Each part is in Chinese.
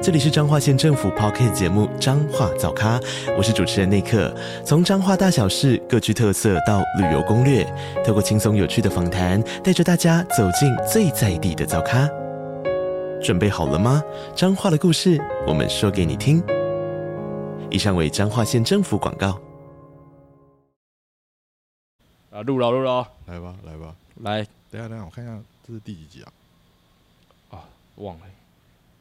这里是彰化县政府 p o c k t 节目《彰化早咖》，我是主持人内克。从彰化大小事各具特色到旅游攻略，透过轻松有趣的访谈，带着大家走进最在地的早咖。准备好了吗？彰化的故事，我们说给你听。以上为彰化县政府广告。啊，录了录了哦，来吧，来吧，来，等一下等一下，我看一下这是第几集啊？忘了，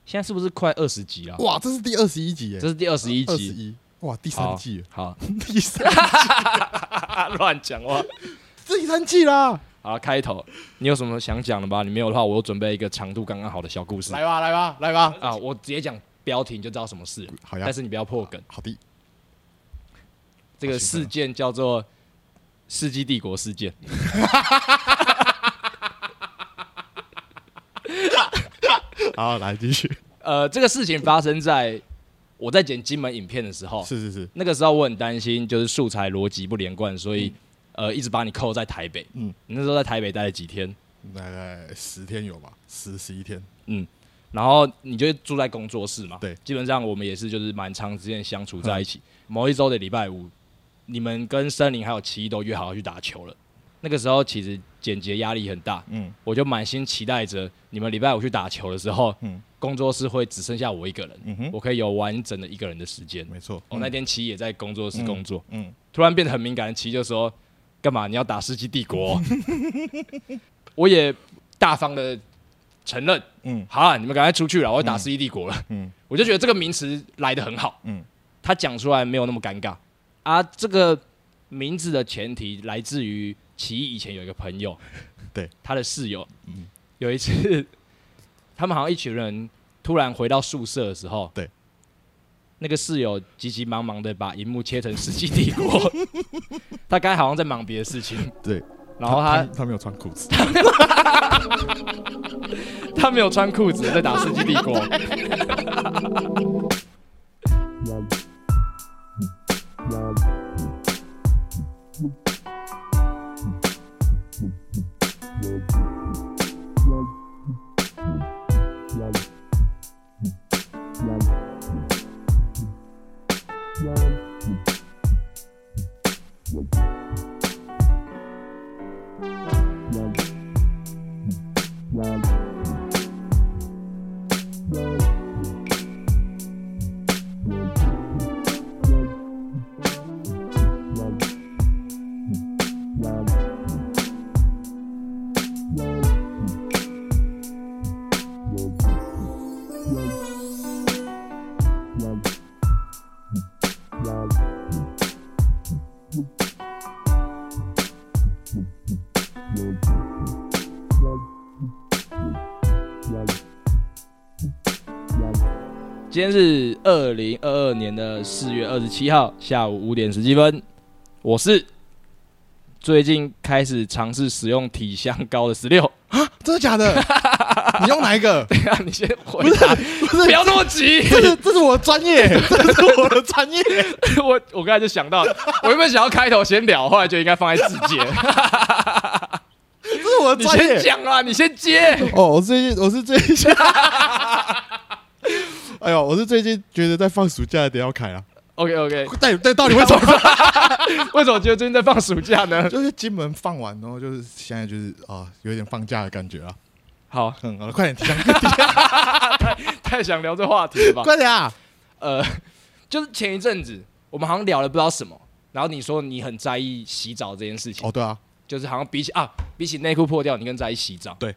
现在是不是快二十集了？哇，这是第二十一集耶，啊这是第二十一二十集，一，哇，第好三季，好，啊第三乱讲话。这第三季啦，好，开头你有什么想讲的吗？你没有的话，我又准备一个长度刚刚好的小故事来吧，来吧，来吧，啊，我直接讲标题你就知道什么事了，好呀但，是你不要破梗。好的，这个事件叫做《世纪帝国事件》。好，来继续，呃，这个事情发生在我在剪金门影片的时候，是是是，那个时候我很担心，就是素材逻辑不连贯，所以、呃一直把你扣在台北。嗯嗯，你那时候在台北待了几天，大概十天有吧，十十一天，然后你就住在工作室嘛。对嗯基本上我们也是就是蛮长时间相处在一起。某一周的礼拜五，你们跟森林还有奇艺都约好要去打球了。那个时候其实简洁压力很大，嗯，我就满心期待着你们礼拜五去打球的时候，嗯工作室会只剩下我一个人，嗯哼我可以有完整的一个人的时间。没错，哦，那天奇艺也在工作室工作，嗯，突然变得很敏感，奇就说：“干嘛你要打《世纪帝国、 我也大方的承认，嗯嗯，好啊，你们赶快出去了，我要打《世纪帝国》了。嗯嗯， 我就觉得这个名词来的很好，嗯嗯，他讲出来没有那么尴尬啊。这个名字的前提来自于奇异以前有一个朋友， 对，他的室友，嗯，有一次他们好像一群人突然回到宿舍的时候，对。那个室友急急忙忙的把荧幕切成《世纪帝国》， 他刚才好像在忙别的事情，对，然后他他没有穿 裤子，他没有穿裤子在打《世纪帝国》。 今天是二零二二年的四月二十七号下午五点十七分，我是最近开始尝试使用体香膏的十六。 真的假的？你用哪一个？等一下你先回答，不不是，要那么急。 这是这是我的专业，这是我的专业，我我刚才就想到，我原本想要开头先聊，后来就应该放在字 节。这是我的你专先业。讲啊，你先接。哦，我最近我是最近， 哎呦，我是最近觉得在放暑假的得要开啊了。 OK OK，哎但但到底为什 么？ 为什么觉得最近在放暑假呢？ 就是金门放完，然后就是现在就是啊、有点放假的感觉啊。好，嗯，好了，快点讲，快太想聊这话题了 吧？点啊！呃，就是前一阵子我们好像聊了不知道什么，然后你说你很在意洗澡这件事情，哦，对啊，就是好像比起啊，比起内裤破掉，你更在意洗澡。对，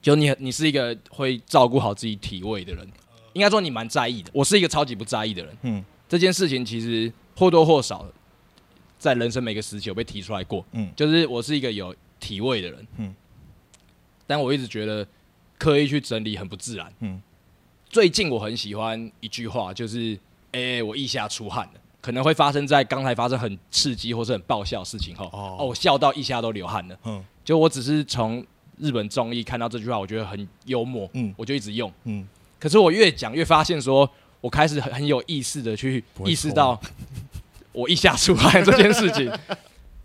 就你很你是一个会照顾好自己体味的人，应该说你蛮在意的。我是一个超级不在意的人。嗯这件事情其实或多或少在人生每个时期有被提出来过。嗯就是我是一个有体味的人。嗯但我一直觉得刻意去整理很不自然。嗯最近我很喜欢一句话，就是“哎、我腋下出汗了”，可能会发生在刚才发生很刺激或是很爆笑的事情后，哦哦，我笑到腋下都流汗了。嗯，就我只是从日本综艺看到这句话，我觉得很幽默，嗯我就一直用。嗯，可是我越讲越发现说，我开始很很有意识的去不会意识到我一下出来这件事 情。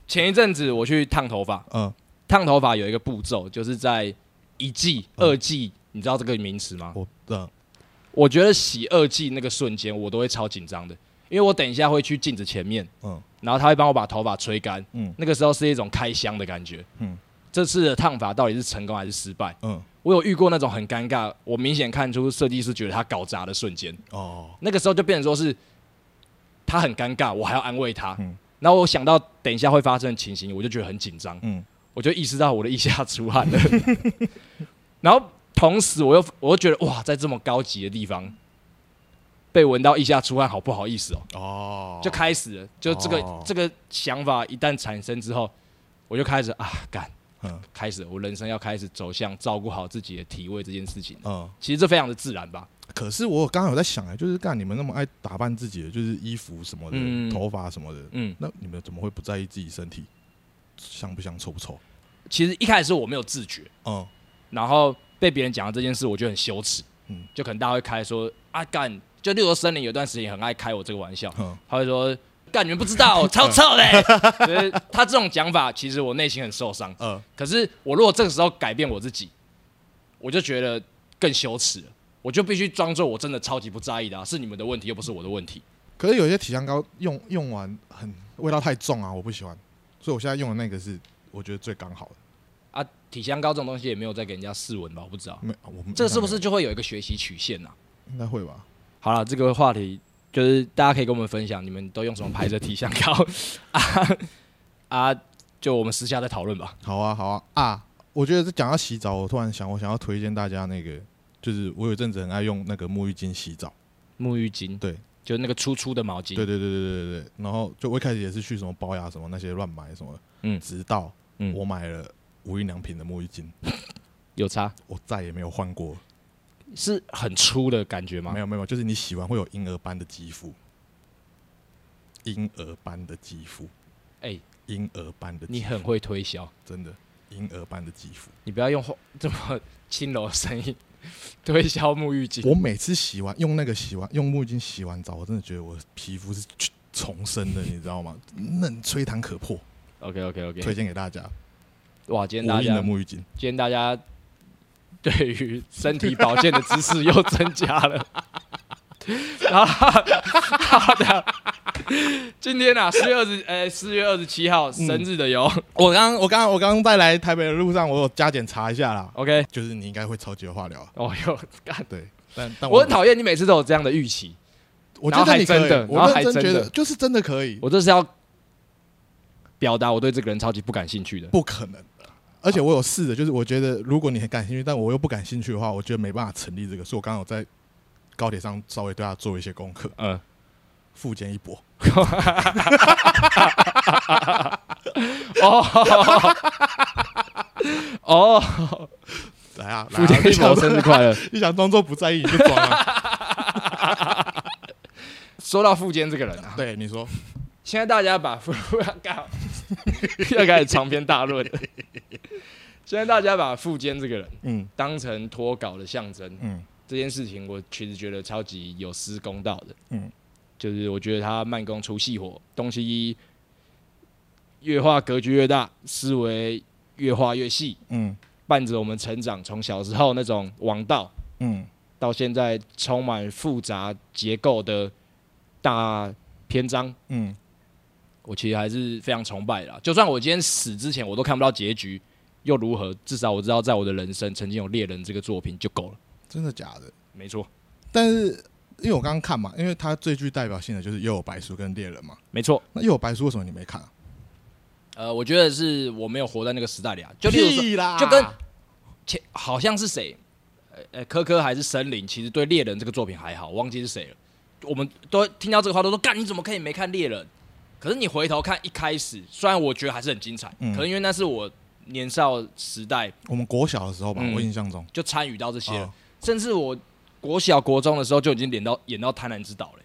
前一阵子我去烫头发，嗯，烫头发有一个步骤，就是在一季、嗯二季，你知道这个名词吗？我嗯的我觉得洗二季那个瞬间，我都会超紧张的，因为我等一下会去镜子前面，嗯然后他会帮我把头发吹干，嗯那个时候是一种开箱的感觉。嗯这次的烫发到底是成功还是失败？嗯，我有遇过那种很尴尬，我明显看出设计师觉得他搞砸的瞬间，哦，那个时候就变成说是他很尴尬，我还要安慰他。嗯然后我想到等一下会发生的情形，我就觉得很紧张。嗯我就意识到我的腋下出汗了， 然后同时我又我又觉得哇，在这么高级的地方被闻到腋下出汗，好不好意思哦，哦，就开始了，就这个、哦这个想法一旦产生之后，我就开始啊干，嗯开始我人生要开始走向照顾好自己的体位这件事情了。嗯。其实这非常的自然吧，可是我刚刚有在想啊，就是干你们那么爱打扮自己的，就是衣服什么的，嗯头发什么的，嗯，那你们怎么会不在意自己身体香不香、臭不臭？其实一开始我没有自觉，嗯然后被别人讲到这件事，我觉得很羞耻，嗯就可能大家会开说啊干，就例如说森林有段时间也很爱开我这个玩笑，哼，他会说：“干，你们不知 道，超臭嘞。” 就是他这种讲法，其实我内心很受伤。呃，可是我如果这个时候改变我自己，我就觉得更羞耻了。我就必须装作我真的超级不在意的、啊，是你们的问题，又不是我的问题。可是有些体香膏用用完很味道太重啊，我不喜欢，所以我现在用的那个是我觉得最刚好的。啊，体香膏这种东西也没有在给人家试闻吧？我不知道，没，我们这是不是就会有一个学习曲线呐、啊？应该会吧？好了，这个话题就是大家可以跟我们分享，你们都用什么牌子的体香膏 啊？啊，就我们私下再讨论吧。好啊，好啊啊！我觉得这讲到洗澡，我突然想，我想要推荐大家那个，就是我有一阵子很爱用那个沐浴巾洗澡。沐浴巾，对，就那个粗粗的毛巾，对对对对对对对。然后就我一开始也是去什么包雅什么那些乱买什么的，嗯直到嗯我买了无印良品的沐浴巾，有差。我再也没有换过。是很粗的感觉吗没？有没有，就是你洗完会有婴儿般的肌肤，婴儿般的肌肤，哎、婴儿般的肌你肤，很会推销，真的婴儿般的肌肤。你不要用吼这么轻柔的声音推销沐浴巾。我每次洗完用那个洗完用沐浴巾洗完澡，我真的觉得我的皮肤是重生的，你知道吗？嫩吹弹可破， OK OK 推 OK，荐给大家。哇，今天无大印家的沐浴巾，今天大家对于身体保健的知识又增加了。 然后，好的，今天啊，四月二十，呃，四月二十七号嗯生日的哟。我刚我刚我刚刚在来台北的路上，我有加减查一下啦， OK，就是你应该会超级有话聊啊，哦哟，干，对，但但我很讨厌你每次都有这样的预期，我觉得你可以然后还真的然我后还认真觉真得的就是真的可以，我这是要表达我对这个人超级不感兴趣的。不可能。而且我有试的，就是我觉得如果你很感兴趣，但我又不感兴趣的话，我觉得没办法成立这个。所以我刚刚有在高铁上稍微对他做一些功课，嗯。复健一波。哦 哦，来啊，来福啊，建一你博想生日快乐！你想装作不在意你就装啊。 说到富坚这个人啊，对，你说现在大家把富 干要开始长篇大论了。 现在大家把富坚这个人嗯当成脱稿的象征，嗯这件事情我其实觉得超级有失公道的。嗯就是我觉得他慢工出细活，东西越画格局越大，思维越画越细，嗯伴着我们成长，从小时候那种王道。嗯到现在充满复杂结构的大篇章，嗯我其实还是非常崇拜的啦。就算我今天死之前我都看不到结局，又如何？至少我知道，在我的人生曾经有《猎人》这个作品就够了。真的假的？没错，但是因为我刚刚看嘛，因为它最具代表性的就是又有白书跟猎人嘛。没错。那又有白书为什么你没看、啊？呃，我觉得是我没有活在那个时代里啊。 就例如说，屁啦，就跟前好像是谁，呃呃，科科还是森林，其实对《猎人》这个作品还好，忘记是谁了。我们都听到这个话都说，干你怎么可以没看《猎人》？可是你回头看一开始，虽然我觉得还是很精彩，嗯可能因为那是我年少时代我们国小的时候吧，嗯我印象中就参与到这些了，哦甚至我国小国中的时候就已经演到演到《贪婪之岛》了。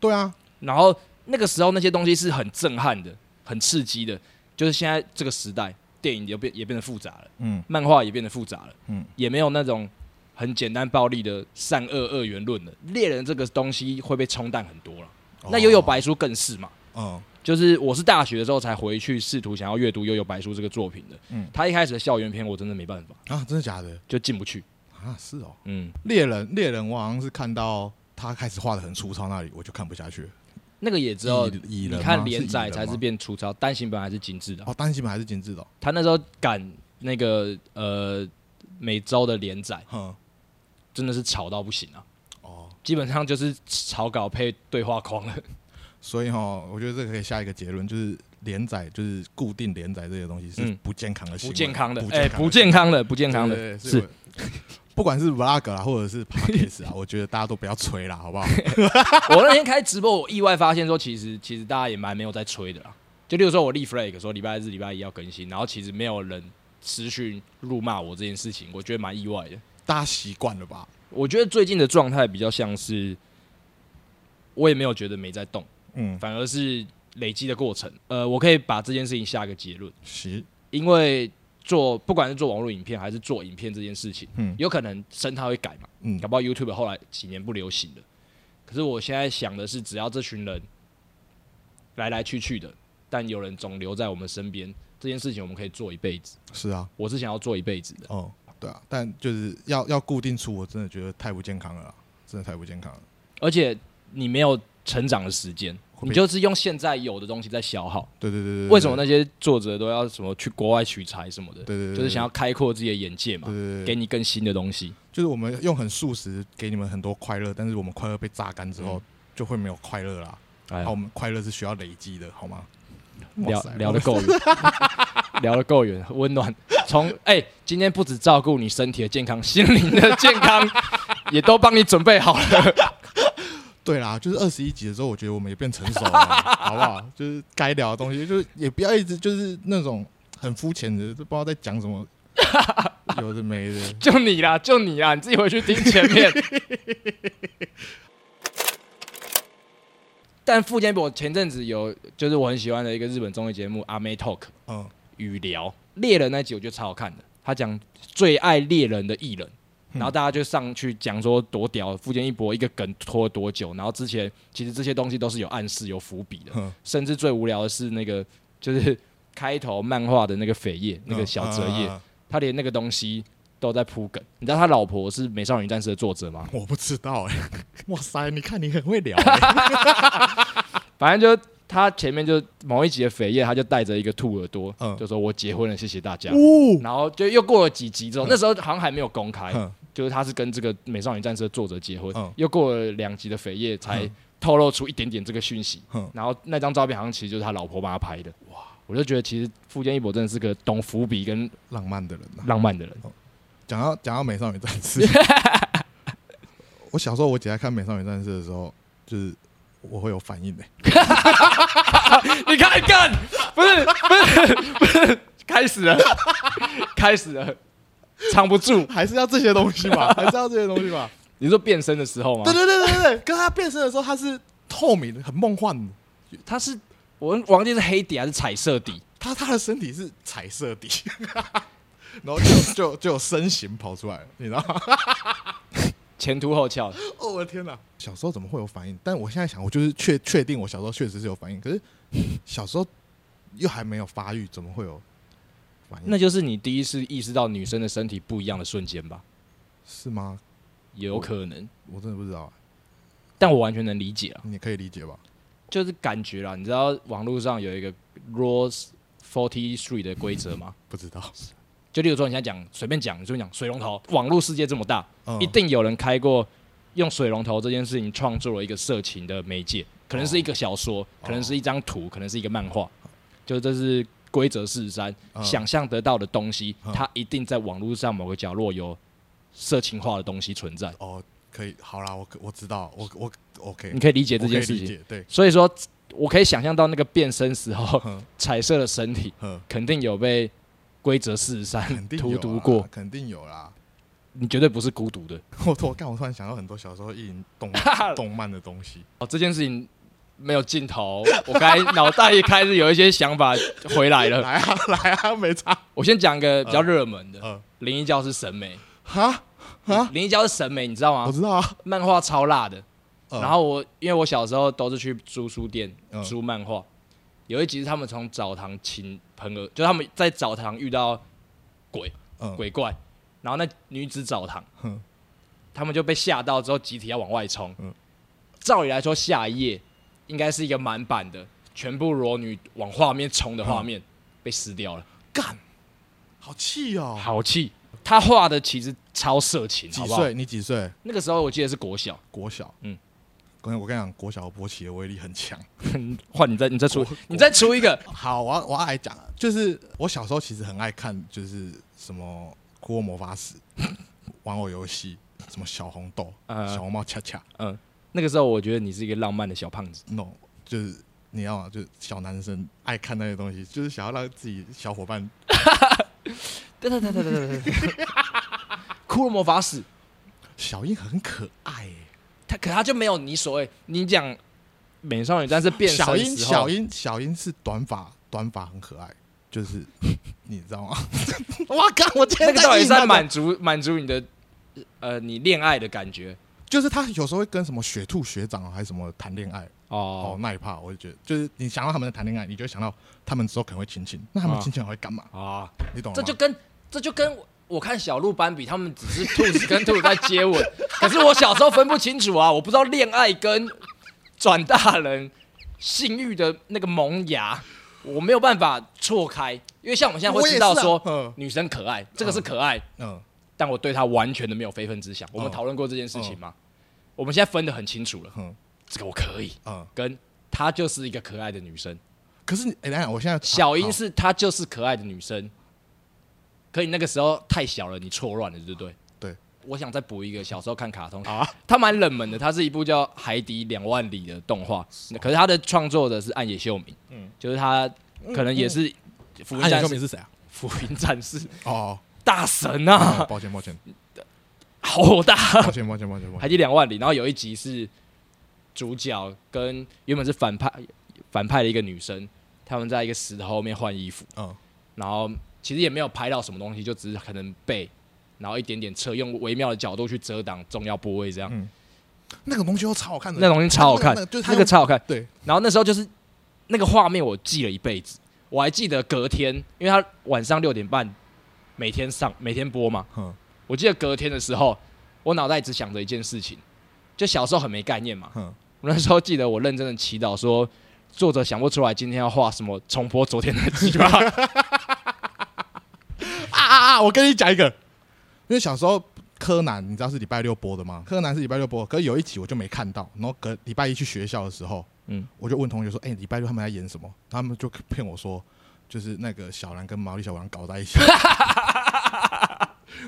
对啊，然后那个时候那些东西是很震撼的、很刺激的，就是现在这个时代，电影也变也变得复杂了，嗯漫画也变得复杂了，嗯也没有那种很简单暴力的善恶二元论了。猎人这个东西会被冲淡很多了。那悠悠白书更是嘛，哦，就是我是大学的时候才回去试图想要阅读悠悠白书这个作品的。嗯他一开始的校园篇我真的没办法，嗯啊，真的假的就进不去。啊？是哦，嗯，猎人猎人，我好像是看到他开始画的很粗糙那里，我就看不下去了。那个也只有蚁蚁你人吗看连载才是是蚁人吗变粗糙，单行本还是精致的啊。哦，单行本还是精致的哦，他那时候赶那个呃每周的连载，哼真的是吵到不行啊。哦，基本上就是草稿配对话框了。所以哈，我觉得这个可以下一个结论，就是连载就是固定连载这些东西是嗯不健康的行不为，健康的，不哎，健康不健康的，不健康对的，对对是我不管是 vlog 啦，或者是 podcast 啊，我觉得大家都不要吹啦，好不好？我那天开直播，我意外发现说，其实其实大家也蛮没有在吹的啦。就例如说，我立 flag 说礼拜日、礼拜一要更新，然后其实没有人持续辱骂我这件事情，我觉得蛮意外的。大家习惯了吧？我觉得最近的状态比较像是，我也没有觉得没在动，嗯，反而是累积的过程。呃，我可以把这件事情下个结论，习，因为做不管是做网络影片还是做影片这件事情，嗯有可能生态会改嘛，嗯搞不好 YouTube 后来几年不流行了。可是我现在想的是，只要这群人来来去去的，但有人总留在我们身边，这件事情我们可以做一辈子。是啊，我是想要做一辈子的。哦，对啊，但就是要要固定出，我真的觉得太不健康了啦，真的太不健康了。而且你没有成长的时间，会被你就是用现在有的东西在消耗。对对对对，对为什么？那些作者都要什么去国外取材什么的？对对对，对就是想要，开阔自己的眼界嘛对，对对给对，你更新的东西。就是我们用很素食给你们很多快乐，但是我们快乐被榨干之后，就会没有快乐啦。哎啊，呀我们快乐是需要累积的，好吗？聊哇塞聊得够远， 聊得够远，温暖。从哎、今天不只照顾你身体的健康，心灵的健 康也都帮你准备好了。 对啦，就是二十一集的时候，我觉得我们也变成熟了，好不好？就是该聊的东西，就是也不要一直就是那种很肤浅的，都不知道在讲什么，有的没的。就你啦，就你啦，你自己回去听前 面。但富坚博前阵子有，就是我很喜欢的一个日本综艺节目《阿妹 Talk》嗯语聊猎人那集，我觉得超好看的。他讲最爱猎人的艺人，嗯然后大家就上去讲说多屌，富坚义博一个梗拖了多久，然后之前其实这些东西都是有暗示、有伏笔的。哼，甚至最无聊的是那个，就是开头漫画的那个扉页，那个嗯小折页，啊啊啊他连那个东西都在铺梗。你知道他老婆是《美少女战士》的作者吗？我不知道哎、哇塞，你看你很会聊、欸，反正就他前面就某一集的扉页，他就带着一个兔耳朵，嗯就说我结婚了，谢谢大家。哦，然后就又过了几集之后，嗯那时候好像还没有公开，哼就是他是跟这个《美少女战士》的作者结婚嗯。又过了两集的扉页才嗯透露出一点点这个讯息嗯。然后那张照片好像其实就是他老婆帮他拍的。哇！我就觉得其实富坚义博真的是个懂伏笔跟浪漫的人呐、浪漫的人。讲到讲到美少女战士， 我小时候我姐在看美少女战士的时候，就是我会有反应的、你看，干，不是，不是，不是，开始了， 开始了，藏不住。还是要这些东西吧， 还是要这些东西吧。你说变身的时候吗对？对对对对对，跟他变身的时候，他是透明的，很梦幻的。他是我忘记是黑底还是彩色底，他他的身体是彩色 底，然后就就就有身形跑出来了，你知道吗？前凸后翘。哦，我的天哪！小时候怎么会有反应？但我现在想，我就是确确定我小时候确实是有反应，可是小时候又还没有发育，怎么会有反应？那就是你第一次意识到女生的身体不一样的瞬间吧？是吗？有可能，我真的不知道，但我完全能理解啊，你可以理解吧？就是感觉啦。你知道网络上有一个 Rules Forty Three 的规则吗？不知道，就例如说，你现在讲随便讲，你随便讲水龙头，网络世界这么大，嗯一定有人开过用水龙头这件事情创作了一个色情的媒介，可能是一哦个小说，可能是一张图，可能是一个漫画，就这是规则四十三，嗯想象得到的东西，嗯它一定在网络上某个角落有色情化的东西存在，哦，可以，好啦，我可我知道，我我 OK，你可以理解我这可以件事理情。解，对，所以说，我可以想象到那个变身时候，哼彩色的身体 哼，肯定有被规则四十肯三定荼有啊毒啦过，肯定有啦。 你绝对不是孤独的。我突我干，我突然想到很多小时候意淫 动动漫的东西。哦，这件事情没有 尽头。我刚才脑袋一开始有一些想法回来了， 来啊来啊，没差。我先讲个比较热门的，呃，林一娇是审美，哈哈，林一娇是审美，你知道啊我吗？知道啊。漫画超辣的。呃然后我因为我小时候都是去租书店嗯租漫画，有一集是他们从澡堂请朋友，就他们在澡堂遇到鬼嗯鬼怪，然后那女子澡堂嗯，他们就被吓到之后集体要往外冲嗯。照理来说，下一页应该是一个满版的全部裸女往画面冲的画面，嗯被撕掉了，干，好气哦！好气！他画的其实超色情，几好不好岁？？你几岁？那个时候我记得是国小，国小。嗯嗯，刚才我跟你讲，国小勃起的威力很强。换你再你再出你再出一个，好，我要我要来讲，啊就是我小时候其实很爱看，就是什么《骷髅魔法使》 玩偶游戏，什么小红豆、呃小红帽恰恰嗯，那个时候我觉得你是一个浪漫的小胖子，那种，就是你要嘛，就是小男生爱看那些东西，就是想要让自己小伙伴对对对对对对，骷髅魔法使，小樱很可爱、欸。他可他就没有你所谓你讲美少女战士变身小的樱，时候小樱，小樱是短发，短发很可爱，就是 你知道吗？ 哇靠！我今那天个到底是在在满足满足你的呃你恋爱的感觉就是他有时候会跟什么学兔学长啊还是什么谈恋爱，哦哦，那一趴我就觉得，就是你想到他们在谈恋爱，你就会想到他们之后可能会亲亲，那他们啊亲亲会干嘛？啊，你懂了这吗就跟这就跟我我看小鹿斑比他们只是兔 子跟兔子在接吻，可是我小时候分不清楚啊，我不知道恋爱跟转大人性欲的那个萌芽，我没有办法错开，因为像我们现在会知道说、我也是啊嗯女生可爱，这个是可爱，嗯，但我对她完全的没有非分之想。我们嗯讨论过这件事情吗？我们现在分得很清楚了，嗯这个我可以，嗯。跟她就是一个可爱的女生。可是你，哎、等一下，我现在小好英是她就是可爱的女生，可你那个时候太小了，你错乱了，对不对？对，我想再补一个小时候看卡通啊，它蛮冷门的，它是一部叫《海底两万里》的动画，可是它的创作者是暗野秀明，嗯嗯，就是他可能也是福音暗夜战秀士，明是谁啊？福音战士哦，大神啊 哦，抱歉，抱歉，好火大！抱歉，抱歉，抱歉，抱海歉。底两万里，然后有一集是主角跟原本是反派反派的一个女生，他们在一个石头后面换衣服。嗯，然后其实也没有拍到什么东西，就只是可能背，然后一点点侧，用微妙的角度去遮挡重要部位，这样、嗯那个东西都超好看的，那东西超好看，那个那个就是他那个超好看。对，然后那时候就是那个画面，我记了一辈子，我还记得隔天，因为他晚上六点半每天上每天播嘛，嗯我记得隔天的时候，我脑袋只想着一件事情，就小时候很没概念嘛，嗯，我那时候记得我认真的祈祷说，作者想不出来今天要画什么重播昨天的鸡 吧，啊啊啊！我跟你讲一个，因为小时候柯南，你知道是礼拜六播的吗？柯南是礼拜六播的，可是有一集我就没看到，然后隔礼拜一去学校的时候，嗯嗯，我就问同学说：“哎、礼拜六他们在演什么？”他们就骗我说，就是那个小兰跟毛利小五郎搞在一 起。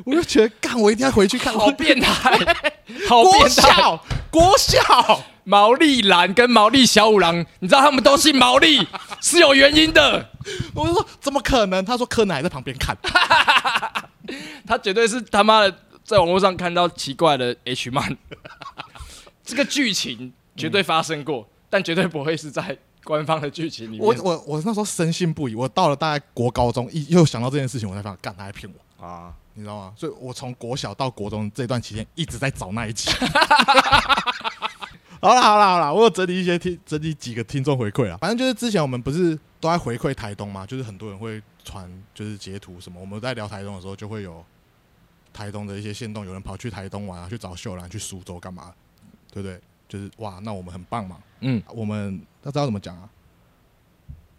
我就觉得，干，我一定要回去看。好变 态，好国变态。小，国小，毛利兰跟毛利小五郎，你知道他们都姓毛利是有原因的，我就说怎么可能？他说柯南还在旁边看，他绝对是他妈的在网络上看到奇怪的 H 漫， 这个剧情绝对发生过，但绝对不会是在官方的剧情里面。嗯我我我那时候深信不疑。我到了大概国高中，一又想到这件事情，我才发现，干，他在骗我。啊，你知道吗？所以我从国小到国中这段期间一直在找那一集。 好啦好啦好啦，我有整理一些听整理几个听众回馈啊。反正就是之前我们不是都在回馈台东嘛，就是很多人会传就是截图什么。我们在聊台东的时候，就会有台东的一些线动，有人跑去台东玩啊，去找秀兰，去苏州干嘛，对不对？就是哇，那我们很棒嘛。嗯，我们那知道怎么讲啊？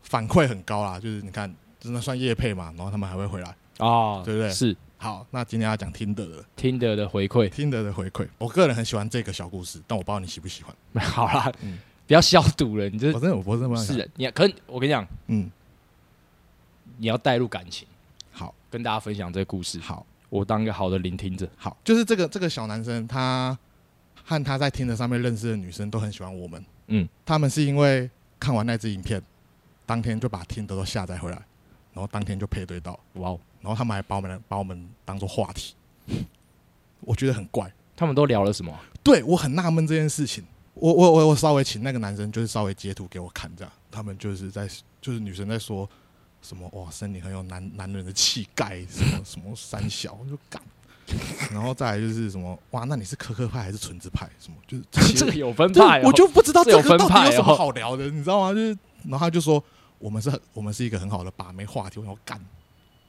反馈很高啦，就是你看，真的算业配嘛，然后他们还会回来。哦，对不对是好，那今天要讲听的了。听得的回馈， 听得的回馈，我个人很喜欢这个小故事，但我不知道你喜不喜欢。好啦，嗯不要消毒了，你这我真的，我不是那么是啊人，你可我跟你讲，嗯，你要带入感情，好跟大家分享这个故事，好我当一个好的聆听者。好，就是这个这个小男生，他和他在听的上面认识的女生都很喜欢我们。嗯，他们是因为看完那支影片，当天就把听的都下载回来，然后当天就配对到，哇哦，然后他们还把我们把我们当做话题，我觉得很怪。他们都聊了什么啊？对我很纳闷这件事情。我我我我稍微请那个男生就是稍微截图给我看，这样他们就是在就是女生在说什么哇，森林很有男男人的气概，什么 什么三小，我就干。然后再来就是什么哇，那你是科科派还是纯子派？什么就是 这些这个有分对派哦，我就不知道这这有个分到派底有什哦么好聊的，你知道吗？就是然后他就说我们是很我们是一个很好的把妹话题，我要干。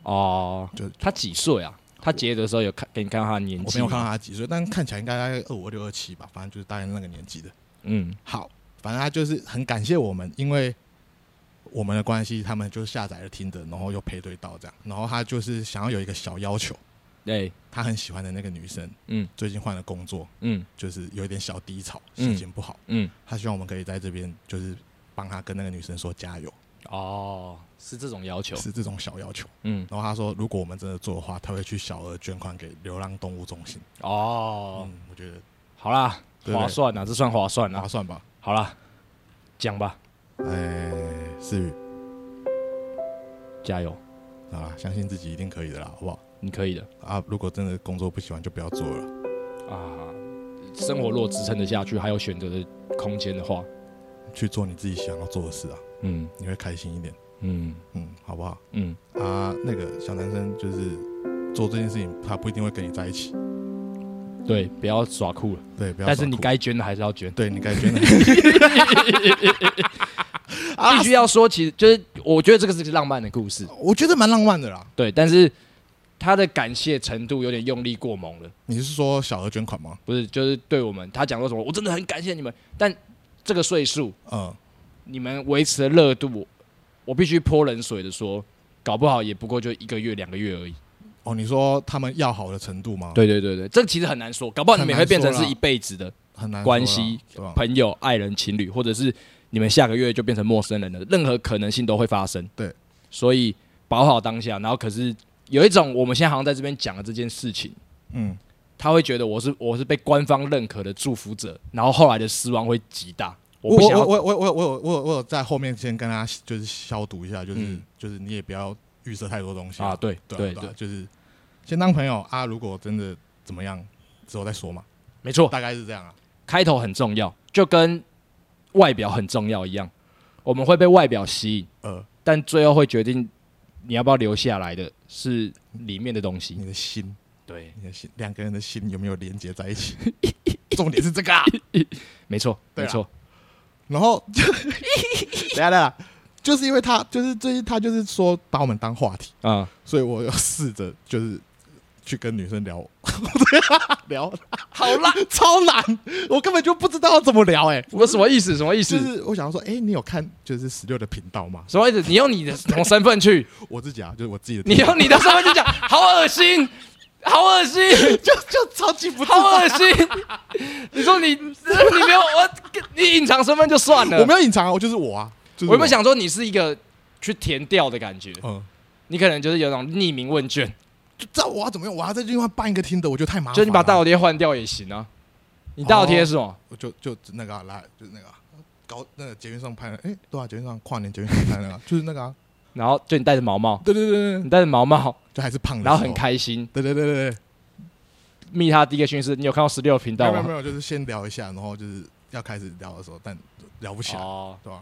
哦，就他几岁啊？他结的时候有看给你看到他的年我纪？没有看到，他几岁，但看起来应该大概二五六二七吧，反正就是大概那个年纪的。嗯，好，反正他就是很感谢我们，因为我们的关系，他们就下载了听的，然后又配对到这样，然后他就是想要有一个小要求，对，他很喜欢的那个女生，嗯最近换了工作，嗯就是有一点小低潮，嗯心情不好，嗯，他希望我们可以在这边就是帮他跟那个女生说加油，哦，是这种要求，是这种小要求。嗯，然后他说，如果我们真的做的话，他会去小额捐款给流浪动物中心。哦，嗯，我觉得好啦，对划算啊，这算划算划啊，算吧。好啦，讲吧，哎，思雨，加油，好啦，相信自己一定可以的啦，好不好？你可以的啊，如果真的工作不喜欢，就不要做了。啊，生活若支撑得下去，还有选择的空间的话，去做你自己想要做的事啊，嗯你会开心一点，嗯嗯，好不好？嗯，啊，那个小男生就是做这件事情，他不一定会跟你在一起，对，不要耍酷了，对，不要耍但酷。是你该捐的还是要捐。对你该捐的， 必须要说，其实就是我觉得这个是个浪漫的故事，我觉得蛮浪漫的啦。对，但是他的感谢程度有点用力过猛了，你是说小额捐款吗？不是，就是对我们他讲说什么，我真的很感谢你们，但这个岁数嗯，你们维持的热度，我必须泼冷水的说，搞不好也不过就一个月两个月而已。哦，你说他们要好的程度吗？，对对对对，这其实很哦难说，搞不好你们也会变成是一辈子的很难说啦关系对吧？朋友、爱人、情侣，或者是你们下个月就变成陌生人了，任何可能性都会发生。对，所以把好当下，然后可是有一种我们现在好像在这边讲的这件事情，嗯，他会觉得我是我是被官方认可的祝福者，然后后来的失望会极大。我不想要我我我我我有我有我有在后面先跟他就是消毒一下，就是、嗯就是你也不要预设太多东西啊，对对对啊对对啊，，就是先当朋友啊。如果真的怎么样，之后再说嘛，没错，大概是这样啊。开头很重要，就跟外表很重要一样，我们会被外表吸引，呃，但最后会决定你要不要留下来的是里面的东西。你的心，对，你的心，两个人的心有没有连接在一起？ 重点是这个啊。没错，对没啊错，然后， 等一下等一下，就是因为他就是最近他就是说把我们当话题，啊、所以我要试着就是去跟女生聊 聊，好啦，超难，我根本就不知道怎么聊哎、我什么意思？什么意思？就是我想要说，哎、你有看就是十六的频道吗？什么意思？你用你的什么身份 去？我自己啊，就是我自己的你频道，用你的身份去讲，好恶心，好恶心，就就超级不自好在。恶心！你说你你没有我，你隐藏身份就算了。我没有隐藏啊，我就是我啊，就是我有没有，想说你是一个去填调的感觉？嗯，你可能就是有那种匿名问卷，就知道我要怎么样，我要在这地方办一个听的，我觉得太麻烦了。就是你把大头贴换掉也行啊。你大头贴是什么？我就就那个、啊、来，就是那个、啊、搞那个捷运上拍的，哎、对啊，捷运上跨年捷运上拍那个啊、 就是那个、啊，然后就你戴着毛毛，对对对你对，戴着毛毛，就还是胖的，然后很，开心。对对对对对，密他第一个讯息，你有看到十六频没道有没有没吗？有，就是先聊一下，然后就是要开始聊的时候，但聊不起来，哦对吧、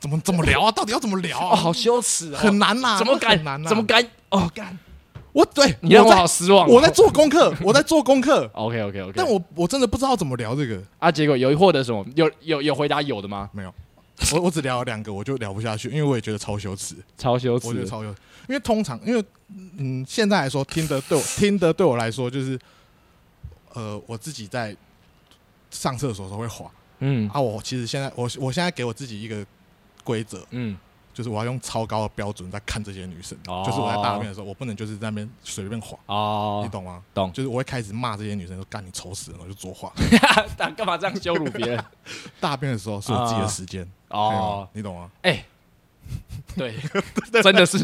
怎么怎么聊啊？到底要怎么聊哦，啊？好羞耻哦，很难呐、怎么这敢很难、？啊？怎么？敢？哦，干！我对你让我在好失望哦。 我在做功课，我在做功课， OK OK OK，但我我真的不知道怎么聊这个，啊，结果有获得什么？有有有回答有的吗？没有。我我只聊了两个，我就聊不下去，因为我也觉得超羞耻。超羞我觉耻得，超有，因为通常因为嗯，现在来说听的对我听的对我来说就是，呃，我自己在上厕所的时候会滑嗯啊。我其实现在我我现在给我自己一个规则，嗯，就是我要用超高的标准在看这些女生，哦就是我在大便的时候，我不能就是在那边随便滑，你哦，懂吗？懂就是我会开始骂这些女生说干你丑死了，然后就作画。干干嘛这样羞辱别人？ 大便的时候是我自己的时间，可以吗啊哦，你懂吗？ 哎，对，啊真的是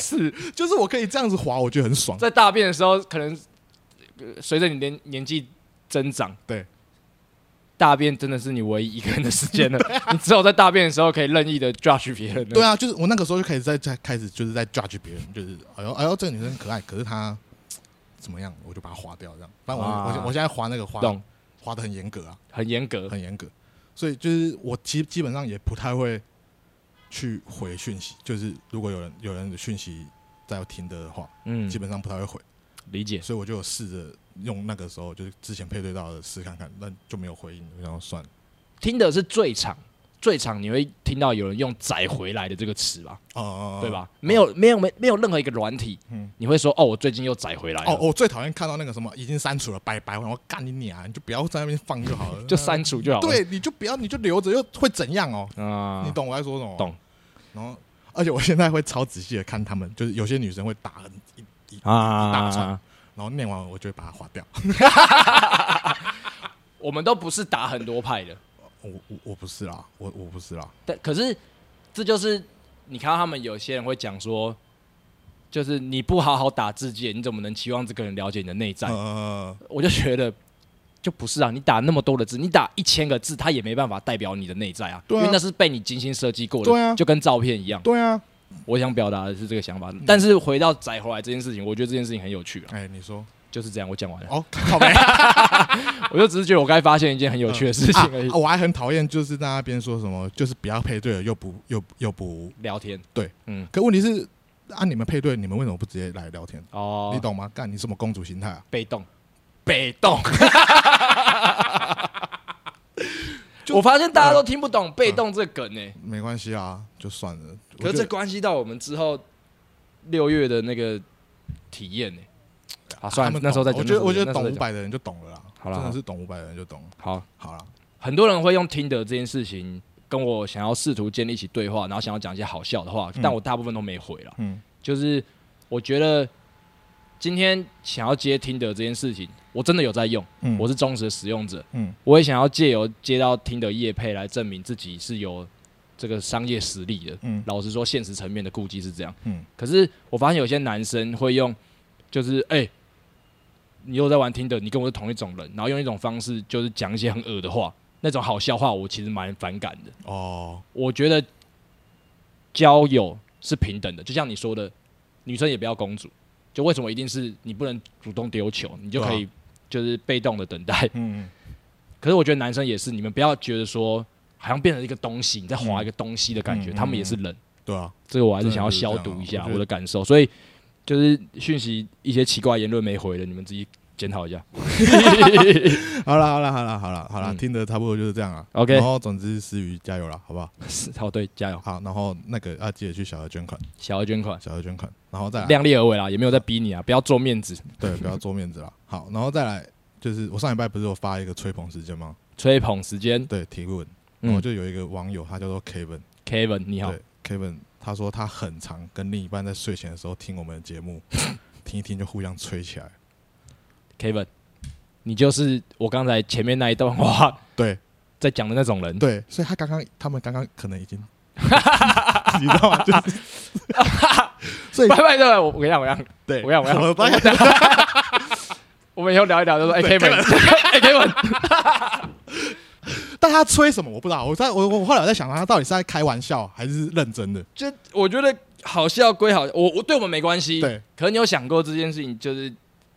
是就是我可以这样子滑，我觉得很爽。在大便的时候，可能呃随着你年年纪增长，对，大便真的是你唯一一个人的时间了。你只有在大便的时候可以任意的 judge 别人了。啊对啊，就是我那个时候就开始在在开始就是在 judge 别人，就是哎呦哎呦，这个女生可爱，可是她怎么样，我就把她划掉这样。但我、啊我现我现在划那个划懂，划的很严格啊，很严格。很严格，所以就是我其实基本上也不太会去回讯息，就是如果有人有人的讯息在听的话，嗯基，本上不太会回，理解。所以我就有试着用那个时候就是之前配对到的试看看，但就没有回应，然后算了。听的是最长，最长你会听到有人用“载回来”的这个词吧，哦、对？吧？没有，没有，没没有任何一个软体，嗯你会说哦，我最近又载回来了，哦，我最讨厌看到那个什么已经删除了，拜拜，我干你娘，你就不要在那边放就好 了，就删除就好了。对，你就不要，你就留着，又会怎样哦？啊，你懂我在说什么？懂。然后，而且我现在会超仔细的看他们，就是有些女生会打很一一，大啊串？然后念完我就会把它划掉。 我们都不是打很多派的，我我我不是啦，我我不是啦。但可是这就是你看到他们有些人会讲说，就是你不好好打字界，你怎么能期望这个人了解你的内在？呃，我就觉得就不是啊，你打那么多的字，你打一千个字，它也没办法代表你的内在啊，对啊因为那是被你精心设计过的，对啊就跟照片一样。对啊，我想表达的是这个想嗯法，但是回到载回来这件事情，我觉得这件事情很有趣啊，哎，你说就是这样。我讲完了，哦， 靠背我就只是觉得我该发现一件很有趣的事情而已啊，。 我还很讨厌，就是在那边说什么，就是不要配对了，又不又又不。聊天，对，嗯，可问题是，啊，你们配对，你们为什么不直接来聊天？哦，你懂吗？干，你什么公主心态啊？被动，被 动。 我发现大家都嗯听不懂“被动”这个梗呢、欸没关系啊，就算了。可我是觉这得关系到我们之后六月的那个体验呢、啊，算他了们，那时候再懂讲。我觉得那我时候再觉得讲懂五。百的人就懂了啦，好啦真好的是懂五百的人就懂了。好，好了，很多人会用听的这件事情跟我想要试图建立起对话，然后想要讲一些好笑的话，嗯但我大部分都没回了。嗯就是我觉得今天想要接听的这件事情，我真的有在用，嗯我是忠实的使用者。嗯我也想要借由接到听的业配来证明自己是有这个商业实力的。嗯老实说，现实层面的顾忌是这样。嗯可是我发现有些男生会用，就是哎、你又在玩听的，你跟我是同一种人，然后用一种方式就是讲一些很恶的话，那种好笑话，我其实蛮反感的。哦，我觉得交友是平等的，就像你说的，女生也不要公主。就为什么一定是你不能主动丢球，你就啊可以就是被动的等待？ 嗯可是我觉得男生也是，你们不要觉得说好像变成一个东西，你在划一个东西的感觉，嗯嗯他们也是人。对啊，这个我还是想要消毒一下我的感受，所以就是讯息一些奇怪言论没回的，你们自己检讨一下。 好了好了好了好了好了，嗯听得差不多就是这样了。 OK 然后总之思雨加油了，好不好？是好，对，加油，好，然后那个啊，记得去小额捐款，小额捐款，小额捐款，然后再来，量力而为啦，也没有在逼你啊，不要做面子，对，不要做面子了。好，然后再来就是我上礼拜不是有发一个吹捧时间吗？吹捧时间。对，提问，然嗯后就有一个网友，他叫做 Kevin， ，Kevin 你好，对 Kevin，他说他很常跟另一半在睡前的时候听我们的 节目，听一听就互相吹起来。 Kevin，你就是我刚才前面那一段话对在讲的那种人。对，所以他刚刚他们刚刚可能 已经，你知道吗？就是，所以拜拜对，我我跟你讲，我跟你讲，对，我跟你讲，我跟你讲，我大概我们以后聊一聊，就说哎对 Kevin，哎 Kevin，但他吹什么我不知道，我在我我我后来我在想他到底是在开玩笑还是认真的？就我觉得好笑归好，我我对我们没关系。对，可你有想过这件事情？就是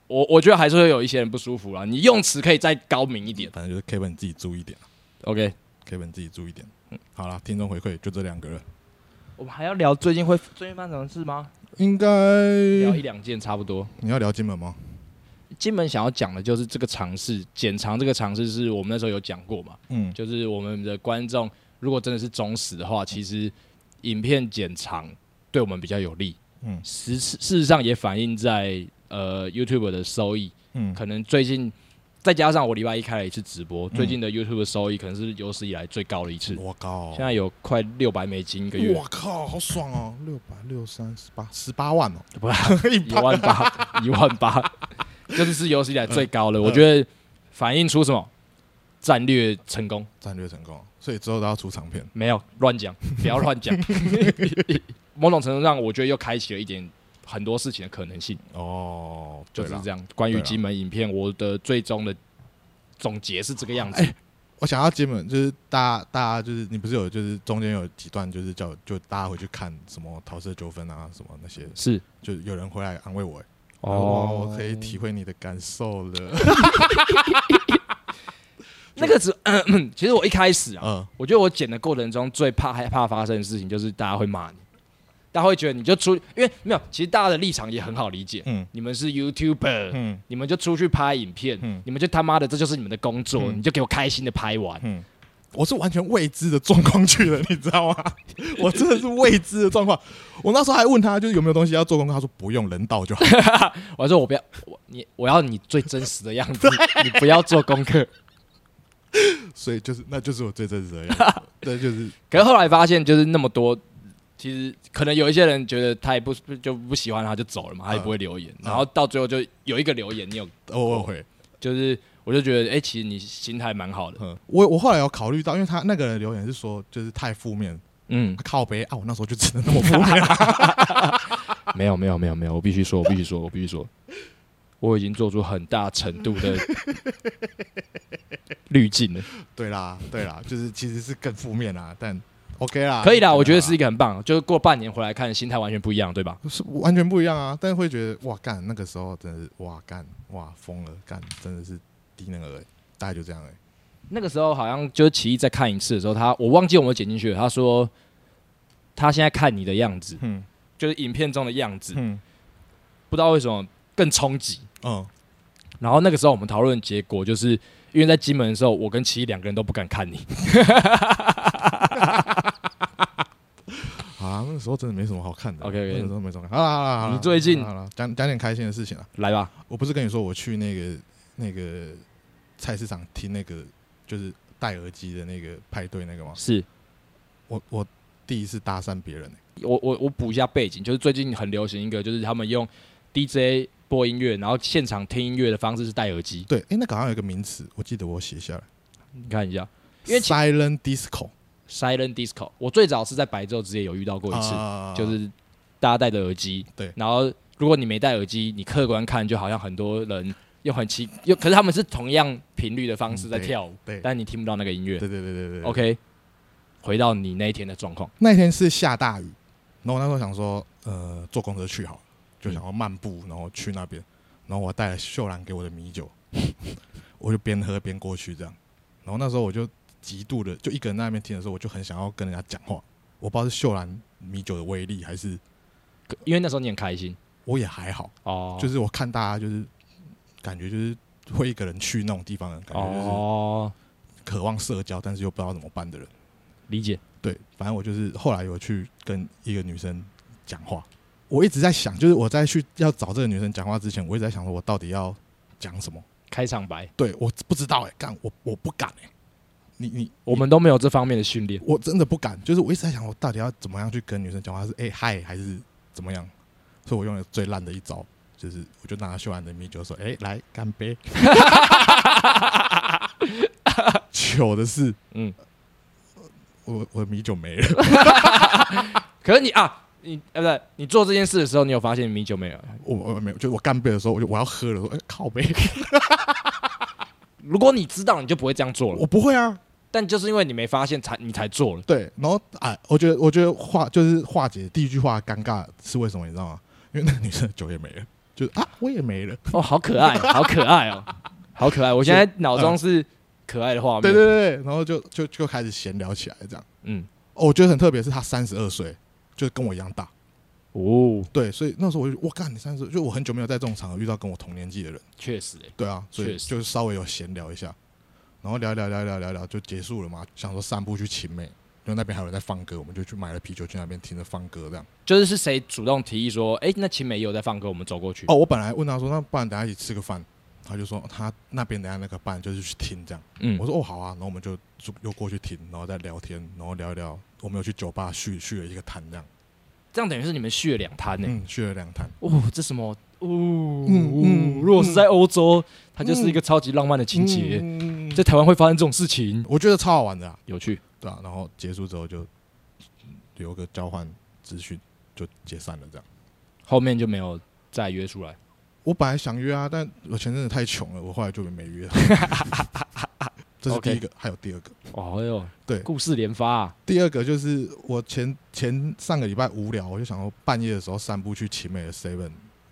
我我觉得还是会有一些人不舒服啦。你用词可以再高明一点。反正就是 Kevin 自己注意点啊 OK， ，Kevin 自己注意点。嗯好了，听众回馈就这两个了，我们还要聊最近会最近发生什么事吗？应该聊一两件差不多。你要聊金门吗？金门想要讲的就是这个尝试，减长这个尝试是我们那时候有讲过嘛，嗯，就是我们的观众如果真的是忠实的话，其实影片剪长对我们比较有利。嗯实事实上也反映在呃 YouTube 的收益，嗯可能最近再加上我礼拜一开了一次直播，嗯最近的 YouTube 收益可能是有史以来最高的一次，我靠，现在有快六百美金一个月，我靠，好爽哦，六百六三十八十八万哦，不一一趴万八，一万八，就是是有史以来最高的。嗯我觉得反映出什么战略成功？战略成功，所以之后都要出长片。没有乱讲，不要乱 讲。 某种程度上，我觉得又开启了一点很多事情的可能性，哦，就是这样。样。关于对啦金门影片，我的最终的总结是这个样子。哎我想要金门，就是大家大家就是你不是有就是中间有几段就是叫就大家回去看什么桃色纠纷啊什么那些，是就有人回来安慰我、欸哦 我可以体会你的感受了。那个只， 其实我一开始啊，嗯，我觉得我剪的过程中最怕害怕发生的事情就是大家会骂你，大家会觉得你就出，因为没有，其实大家的立场也很好理解，嗯你们是 YouTuber，、嗯你们就出去拍影片，嗯你们就他妈的这就是你们的工作，嗯你就给我开心的拍完。嗯，我是完全未知的状况去了，你知道吗？ 我真的是未知的状况。我那时候还问他，就是有没有东西要做功课，他说不用，人到就好。我还说我不要，我你我要你最真实的 样子，你不要做功课。所以就是，那就是我最真实的 样子。对，就是可是后来发现，就是那么多，其实可能有一些人觉得他也不就不喜欢他就走了嗯嘛，他也不会留言。然后到最后就有一个留言，你有偶尔哦会。就是我就觉得，哎、其实你心态蛮好的，嗯，我我后来有考虑到，因为他那个人留言是说，就是太负面，嗯，靠背啊，我那时候就只能那么负 面了。没有没有没有没有，我必须说，我必须说，我必须说，我已经做出很大程度的滤镜了，对啦，对啦，就是其实是更负面啦，但 OK 啦，可以啦，对我觉得是一个很棒，就是过半年回来看，心态完全不一样，对吧？是完全不一样啊，但会觉得哇干，那个时候真的是哇干哇疯了干，真的是低能儿、欸，大概就这样哎、那个时候好像就是奇艺在看一次的时候，他我忘记我们剪进去了，他说他现在看你的样子，嗯就是影片中的样子，嗯不知道为什么更冲击。嗯然后那个时候我们讨论结果，就是因为在金门的时候，我跟奇艺两个人都不敢看你，啊，那个时候真的没什么好看的 OK，OK 那个时候没什么好看。好啦好啦好啦，你最近好啦，讲讲点开心的事情啊，来吧，我不是跟你说我去那个那个菜市场听那个就是戴耳机的那个派对那个吗？是。我我第一次搭讪别人、欸，我我我补一下背景，就是最近很流行一个，就是他们用 DJ 播音乐，然后现场听音乐的方式是戴耳机。对，哎、那个好像有一个名词，我记得我写下来，你看一下因为其 silent disco ，Silent Disco，我最早是在白昼之夜有遇到过一次，啊就是大家戴着耳机，对然后如果你没戴耳机，你客观看就好像很多人用很奇，又可是他们是同样频率的方式在嗯对跳舞，对但你听不到那个音乐对。对对对对 OK，回到你那一天的状况，那天是下大雨，然后我那时候想说，呃，坐公车去好了，就想要漫步，然后去那边，然后我带了秀兰给我的米酒， 我就边喝边过去这样。然后那时候我就极度的，就一个人在那边听的时候，我就很想要跟人家讲话。我不知道是秀兰米酒的威力，还是可因为那时候你很开心我也还好，哦，就是是我看大家就是感觉就是会一个人去那种地方的感觉，就是哦，渴望社交，但是又不知道怎么办的人。理解，对，反正我就是后来有去跟一个女生讲话，我一直在想，就是我在去要找这个女生讲话之前，我一直在想说我到底要讲什么。开场白，对，我不知道哎、干我我不敢哎、你你我们都没有这方面的训练。我真的不敢，就是我一直在想我到底要怎么样去跟女生讲话，是哎、嗨还是怎么样？所以我用了最烂的一招，就是我就拿秀兰的米酒说，哎、来干杯。 糗的是，嗯嗯，我我的米酒没了，可是你啊，你呃，不对，你做这件事的时候，你有发现米酒没有？我我没有，就是我干杯的时候，我就我要喝了，我说、哎靠杯，如果你知道，你就不会这样做了。我不会啊。但就是因为你没发现才，你才做了。对，然后哎，我觉得我觉得化就是化解第一句话尴尬是为什么，你知道吗？因为那个女生的酒也没了，就是啊我也没了。 哦，好可 爱，好可爱哦，好可爱！我现嗯在脑中是可爱的画面。对对，对，然后就就就开始闲聊起来这样。嗯，哦，我觉得很特别，是她三十二岁，就是跟我一样大。哦，对，所以那时候我就我干你三十，就我很久没有在这种场合遇到跟我同年纪的人。确实、欸，对啊，所以确实就是稍微有闲聊一下，然后聊一聊聊一聊聊一聊就结束了嘛。想说散步去秦美，因为那边还有人在放歌，我们就去买了啤酒去那边听着放歌这样。就是是谁主动提议说，哎、那秦美也有在放歌，我们走过去。哦，我本来问他说，那不然等下一起吃个饭，他就说他那边等下那个伴就是去听这样。嗯我说哦好啊，然后我们就就又过去听，然后再聊天，然后聊一聊。我们有去酒吧续续了一个摊这样，这样等于是你们续了两摊呢。嗯，续了两摊。哦，这什么？哦，嗯哦如果是在欧洲，它就是一个超级浪漫的情节。嗯在台湾会发生这种事情，我觉得超好玩的啊，有趣。对啊。然后结束之后就留个交换资讯，就解散了这样。后面就没有再约出来。我本来想约啊，但我前阵子太穷了，我后来就没约。这是第一个还有第二个。哦哟，对故事连发、啊，第二个就是我前前上个礼拜无聊，我就想说半夜的时候散步去奇美的 Seven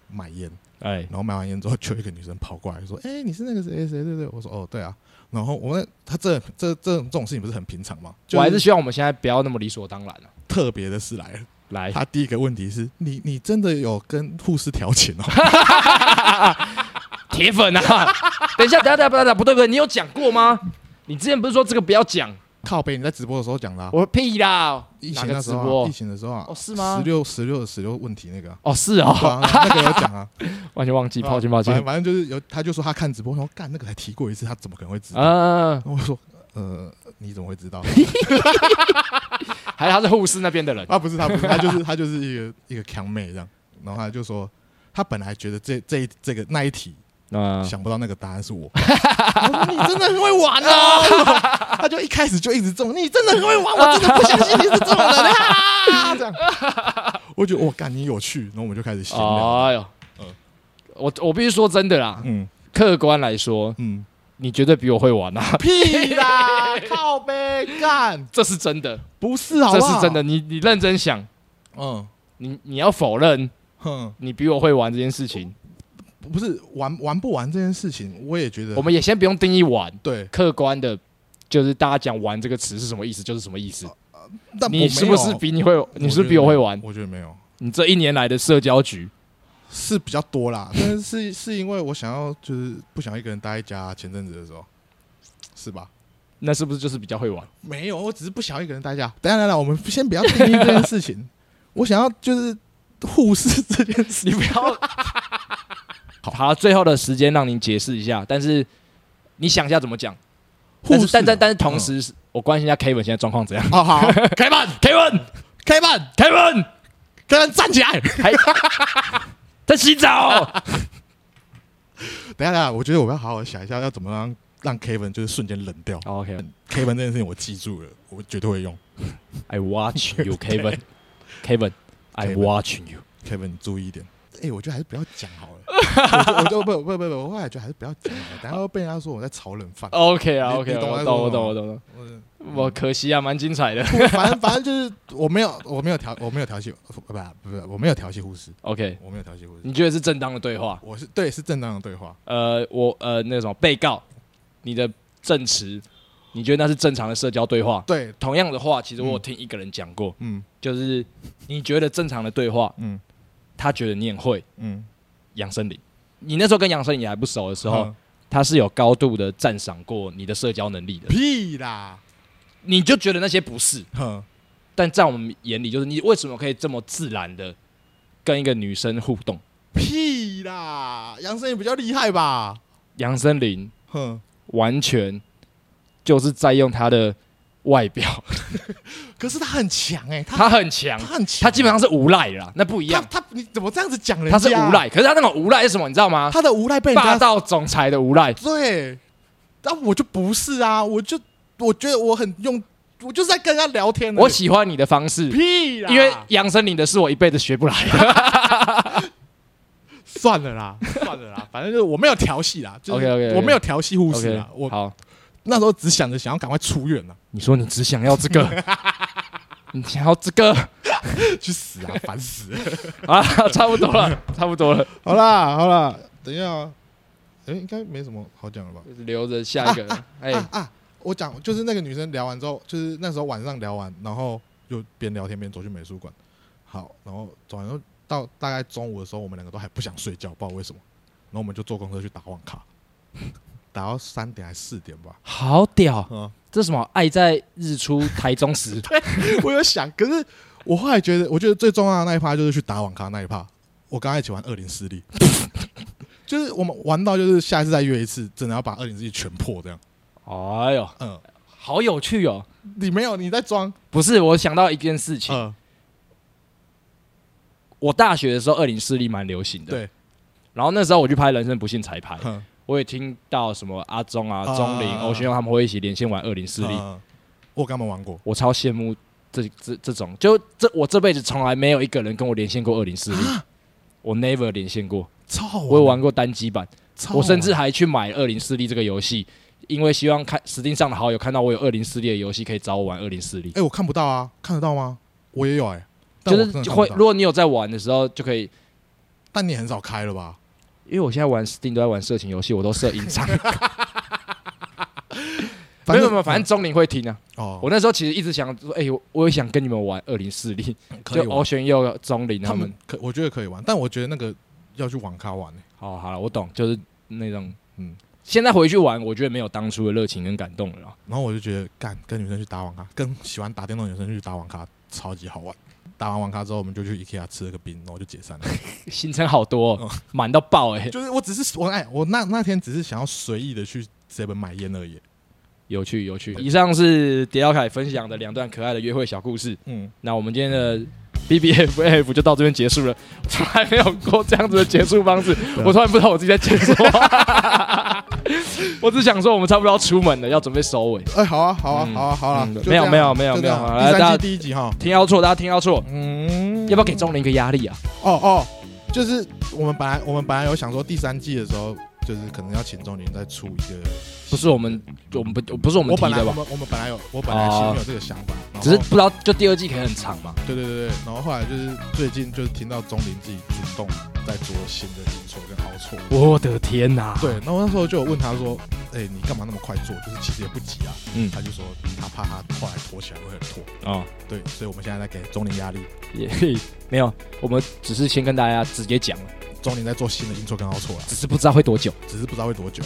买烟，哎，然后买完烟之后，就有一个女生跑过来说：“哎、你是那个谁谁谁对对？”我说：“哦，对啊。”然后我那他这这这这种事情不是很平常吗？就我还是希望我们现在不要那么理所当然了。特别的事来了。来，他第一个问题是你你真的有跟护士调情哦？铁粉 啊！等一下，等一下，等一下，等一下，不对不对，你有讲过吗？你之前不是说这个不要讲？靠北，你在直播的时候讲的、啊。我说屁啦！疫哪情个那直时候、啊，播疫？情的时候啊，哦是吗十六十六十六问题那个啊、哦，是 哦，对啊，那个有讲 啊。完全忘记，抱歉抱反歉正。反正就是有，他就说他看直播，我说干那个才提过一次，他怎么可能会知道？嗯，然后我说呃，你怎么会 知道？还有他是护士那边的人，啊，不是他，不是他，就是他就是一个一个强妹这样。然后他就说，他本来觉得这这一这个那一题，嗯，想不到那个答案是我。 我说你真的很会玩哦！ 他就一开始就一直中，你真的很会玩，我真的不相信你是这种人 啊！这样，我觉得我干你有趣，然后我们就开始闲聊。哎呦嗯，我我必须说真的啦，嗯客观来说，嗯，你绝对比我会玩啊， 屁啦，靠呗，干这是真的，不是好啊这不好？是真的。。你你认真想，嗯你你要否认哼，你比我会玩这件事情，不是玩玩不玩这件事情，我也觉得我们也先不用定义玩，对，客观的。就是大家讲“玩”这个词是什么意思，就是什么意思。哦但我你没是不是有比你会？你是不是比我会玩？我觉得没有，你这一年来的社交局，是比较多啦，但是是是因为我想要就是不想一个人待在家，前阵子的时候，是吧？那是不是就是比较会 玩？没有，我只是不想要一个人待在家。等一下，等一下，我们先不要定义这件事情， 我想要就是护士这件事你不要。好， 好，最后的时间让您解释一下，但是你想一下怎么讲。但护是，士，啊但但但是，嗯同时是，我关心一下 Kevin 现在状况怎样。 哦，好好 Kevin，Kevin，Kevin， ，Kevin，Kevin 站起来！还在洗 澡。等一下，等一下，我觉得我要好好想一下，要怎么让让 Kevin 就是瞬间冷掉。好 Kevin，I Kevin 这件事情我记住了，我绝对会用。 watch you，Kevin，Kevin，I Kevin watch you。 Kevin，你注意一点。哎、我觉得还是不要讲好了。我就我就不不不不，我后来觉得还是不要讲好了，等一下会被人家说我在炒冷饭。 OK 啊你，OK，你懂我我在懂，我说什懂，么我懂，我我懂我可惜啊，蛮精彩的。反正反正就是我没有我没有调我没有调戏不不不是我没有调戏护士， OK，我没有调戏护士，你觉得是正当的对话？我是对是正当的对话，呃，我呃，那个什么被告，你的证词，你觉得那是正常的社交对话？对，同样的话，其实我有听一个人讲过，嗯就是你觉得正常的对话，嗯他觉得你很会嗯，杨森林。你那时候跟杨森林也还不熟的时候，嗯他是有高度的赞赏过你的社交能力的，屁啦，你就觉得那些不是，哼，但在我们眼里，就是你为什么可以这么自然的跟一个女生互动？屁啦，杨森也比较厉害吧，杨森林哼，完全就是在用他的外 表，可是他很强哎、他他很强他，很强，他基本上是无赖啦，那不一他样，他你怎么这样子讲人家？他是无，赖，可是他那种无赖是什么？你知道吗？他的无赖被霸人家道总裁的无赖，对，但我就不是啊，我就我觉得我很用，我就是在跟人家聊天而已，我喜欢你的方式，屁啊啦，因为杨森林的是我一辈子学不来的。算了啦，算了啦，反正就是我没有调戏啦，就是 OK，OK，OK 我没有调戏护士 OK，啦，啊我好，那时候只想着想要赶快出院啦，你说你只想要这 个，你想要这个去死 啊，烦死了！啊，差不多了，差不 多了，好啦好啦，等一下啊，哎、应该没什么好讲了吧？留着下一个 人。哎，啊啊，我讲就是那个女生聊完之后，就是那时候晚上聊完，然后就边聊天边走去美术馆，好，然后走完之后到大概中午的时候，我们两个都还不想睡觉，不知道为什么，然后我们就坐公车去打网卡， 打到三点还四点吧，好屌，嗯。这是什么？爱在日出台中 时。我有想，可是我后来觉得，我觉得最重要的那一趴就是去打网咖那一趴。我刚才一起玩二零四力， 就是我们玩到就是下一次再约一次，真的要把二零四力全破这样。哎呦，嗯，好有趣哦！你没有，你在装。不是，我想到一件事情，嗯，我大学的时候二零四力蛮流行的，对。然后那时候我去拍《人生不幸彩排》，哼我也听到什么阿忠啊、啊钟林、啊欧轩他们会一起连线玩二零四力，嗯我跟他们玩过我超羡慕这这这种，就这我这辈子从来没有一个人跟我连线过二零四零，啊我 never 连线过，超好玩，我有玩过单机版，超好玩，我甚至还去买二零四零这个游戏，因为希望看 Steam 上的好友看到我有二零四零的游戏可以找我玩二零四零，哎，我看不到啊，看得到吗？我也有哎，但就我真的是看不会，到如果你有在玩的时候就可以，但你很少开了吧？因为我现在玩 Steam 都在玩色情游戏，我都设隐 藏。没反有正嗯没有，反正钟灵会听啊。哦，我那时候其实一直想说，哎、我我也想跟你们玩二零四零， 可就以玩欧旋又钟灵他他们们。可我觉得可以玩，但我觉得那个要去网咖玩欸哦好好了，我懂，就是那种嗯嗯，现在回去玩，我觉得没有当初的热情跟感动了 啦。然后我就觉得干跟女生去打网咖，跟喜欢打电动的女生去打网咖超级好玩。打完网咖之后，我们就去 IKEA 吃了个冰，然后就解 散了。行程好多、哦，满、到爆哎、就是我只是我哎，我那那天只是想要随意的去 seven 买烟而已。有趣有趣。以上是迪奥凯分享的两段可爱的约会小故事。嗯，那我们今天的 B B F F 就到这边结束了， 我从来没有过这样子的结束方式，我突然不知道我自己在讲什么。 我只想说，我们差不多要出门了，要准备收尾。哎，好啊，好啊，嗯好啊，好啊嗯，就这样没有没有就这样没有啊好来第大家三季第一集哈，听到错，大家听到错，嗯要不要给钟林一个压力啊？哦哦，就是我们本来我们本来有想说第三季的时候，就是可能要请钟林再出一个。不是我们，我们不，不是我们我提本来的我吧？们我们本来有我本来心里有这个想法，然后只是不知道，就第二季可以很长嘛。对对对对，然后后来就是最近就是听到钟林自己主动在做新的举措跟凹错。我的天哪、对，然后那时候就有问他说：“哎、你干嘛那么快做？就是其实也不急啊。”嗯他就说他怕他后来拖起来会很拖。哦，对，所以我们现在在给钟林压力，也 没有，我们只是先跟大家直接讲了，钟林在做新的音错跟凹错啊，只是不知道会多久。只是不知道会多久，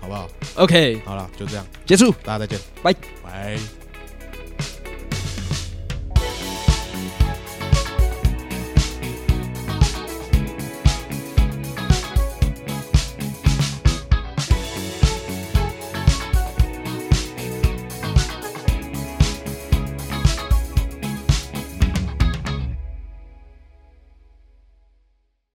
好不好？ OK，好了，就这样，结束。大家再见，拜拜。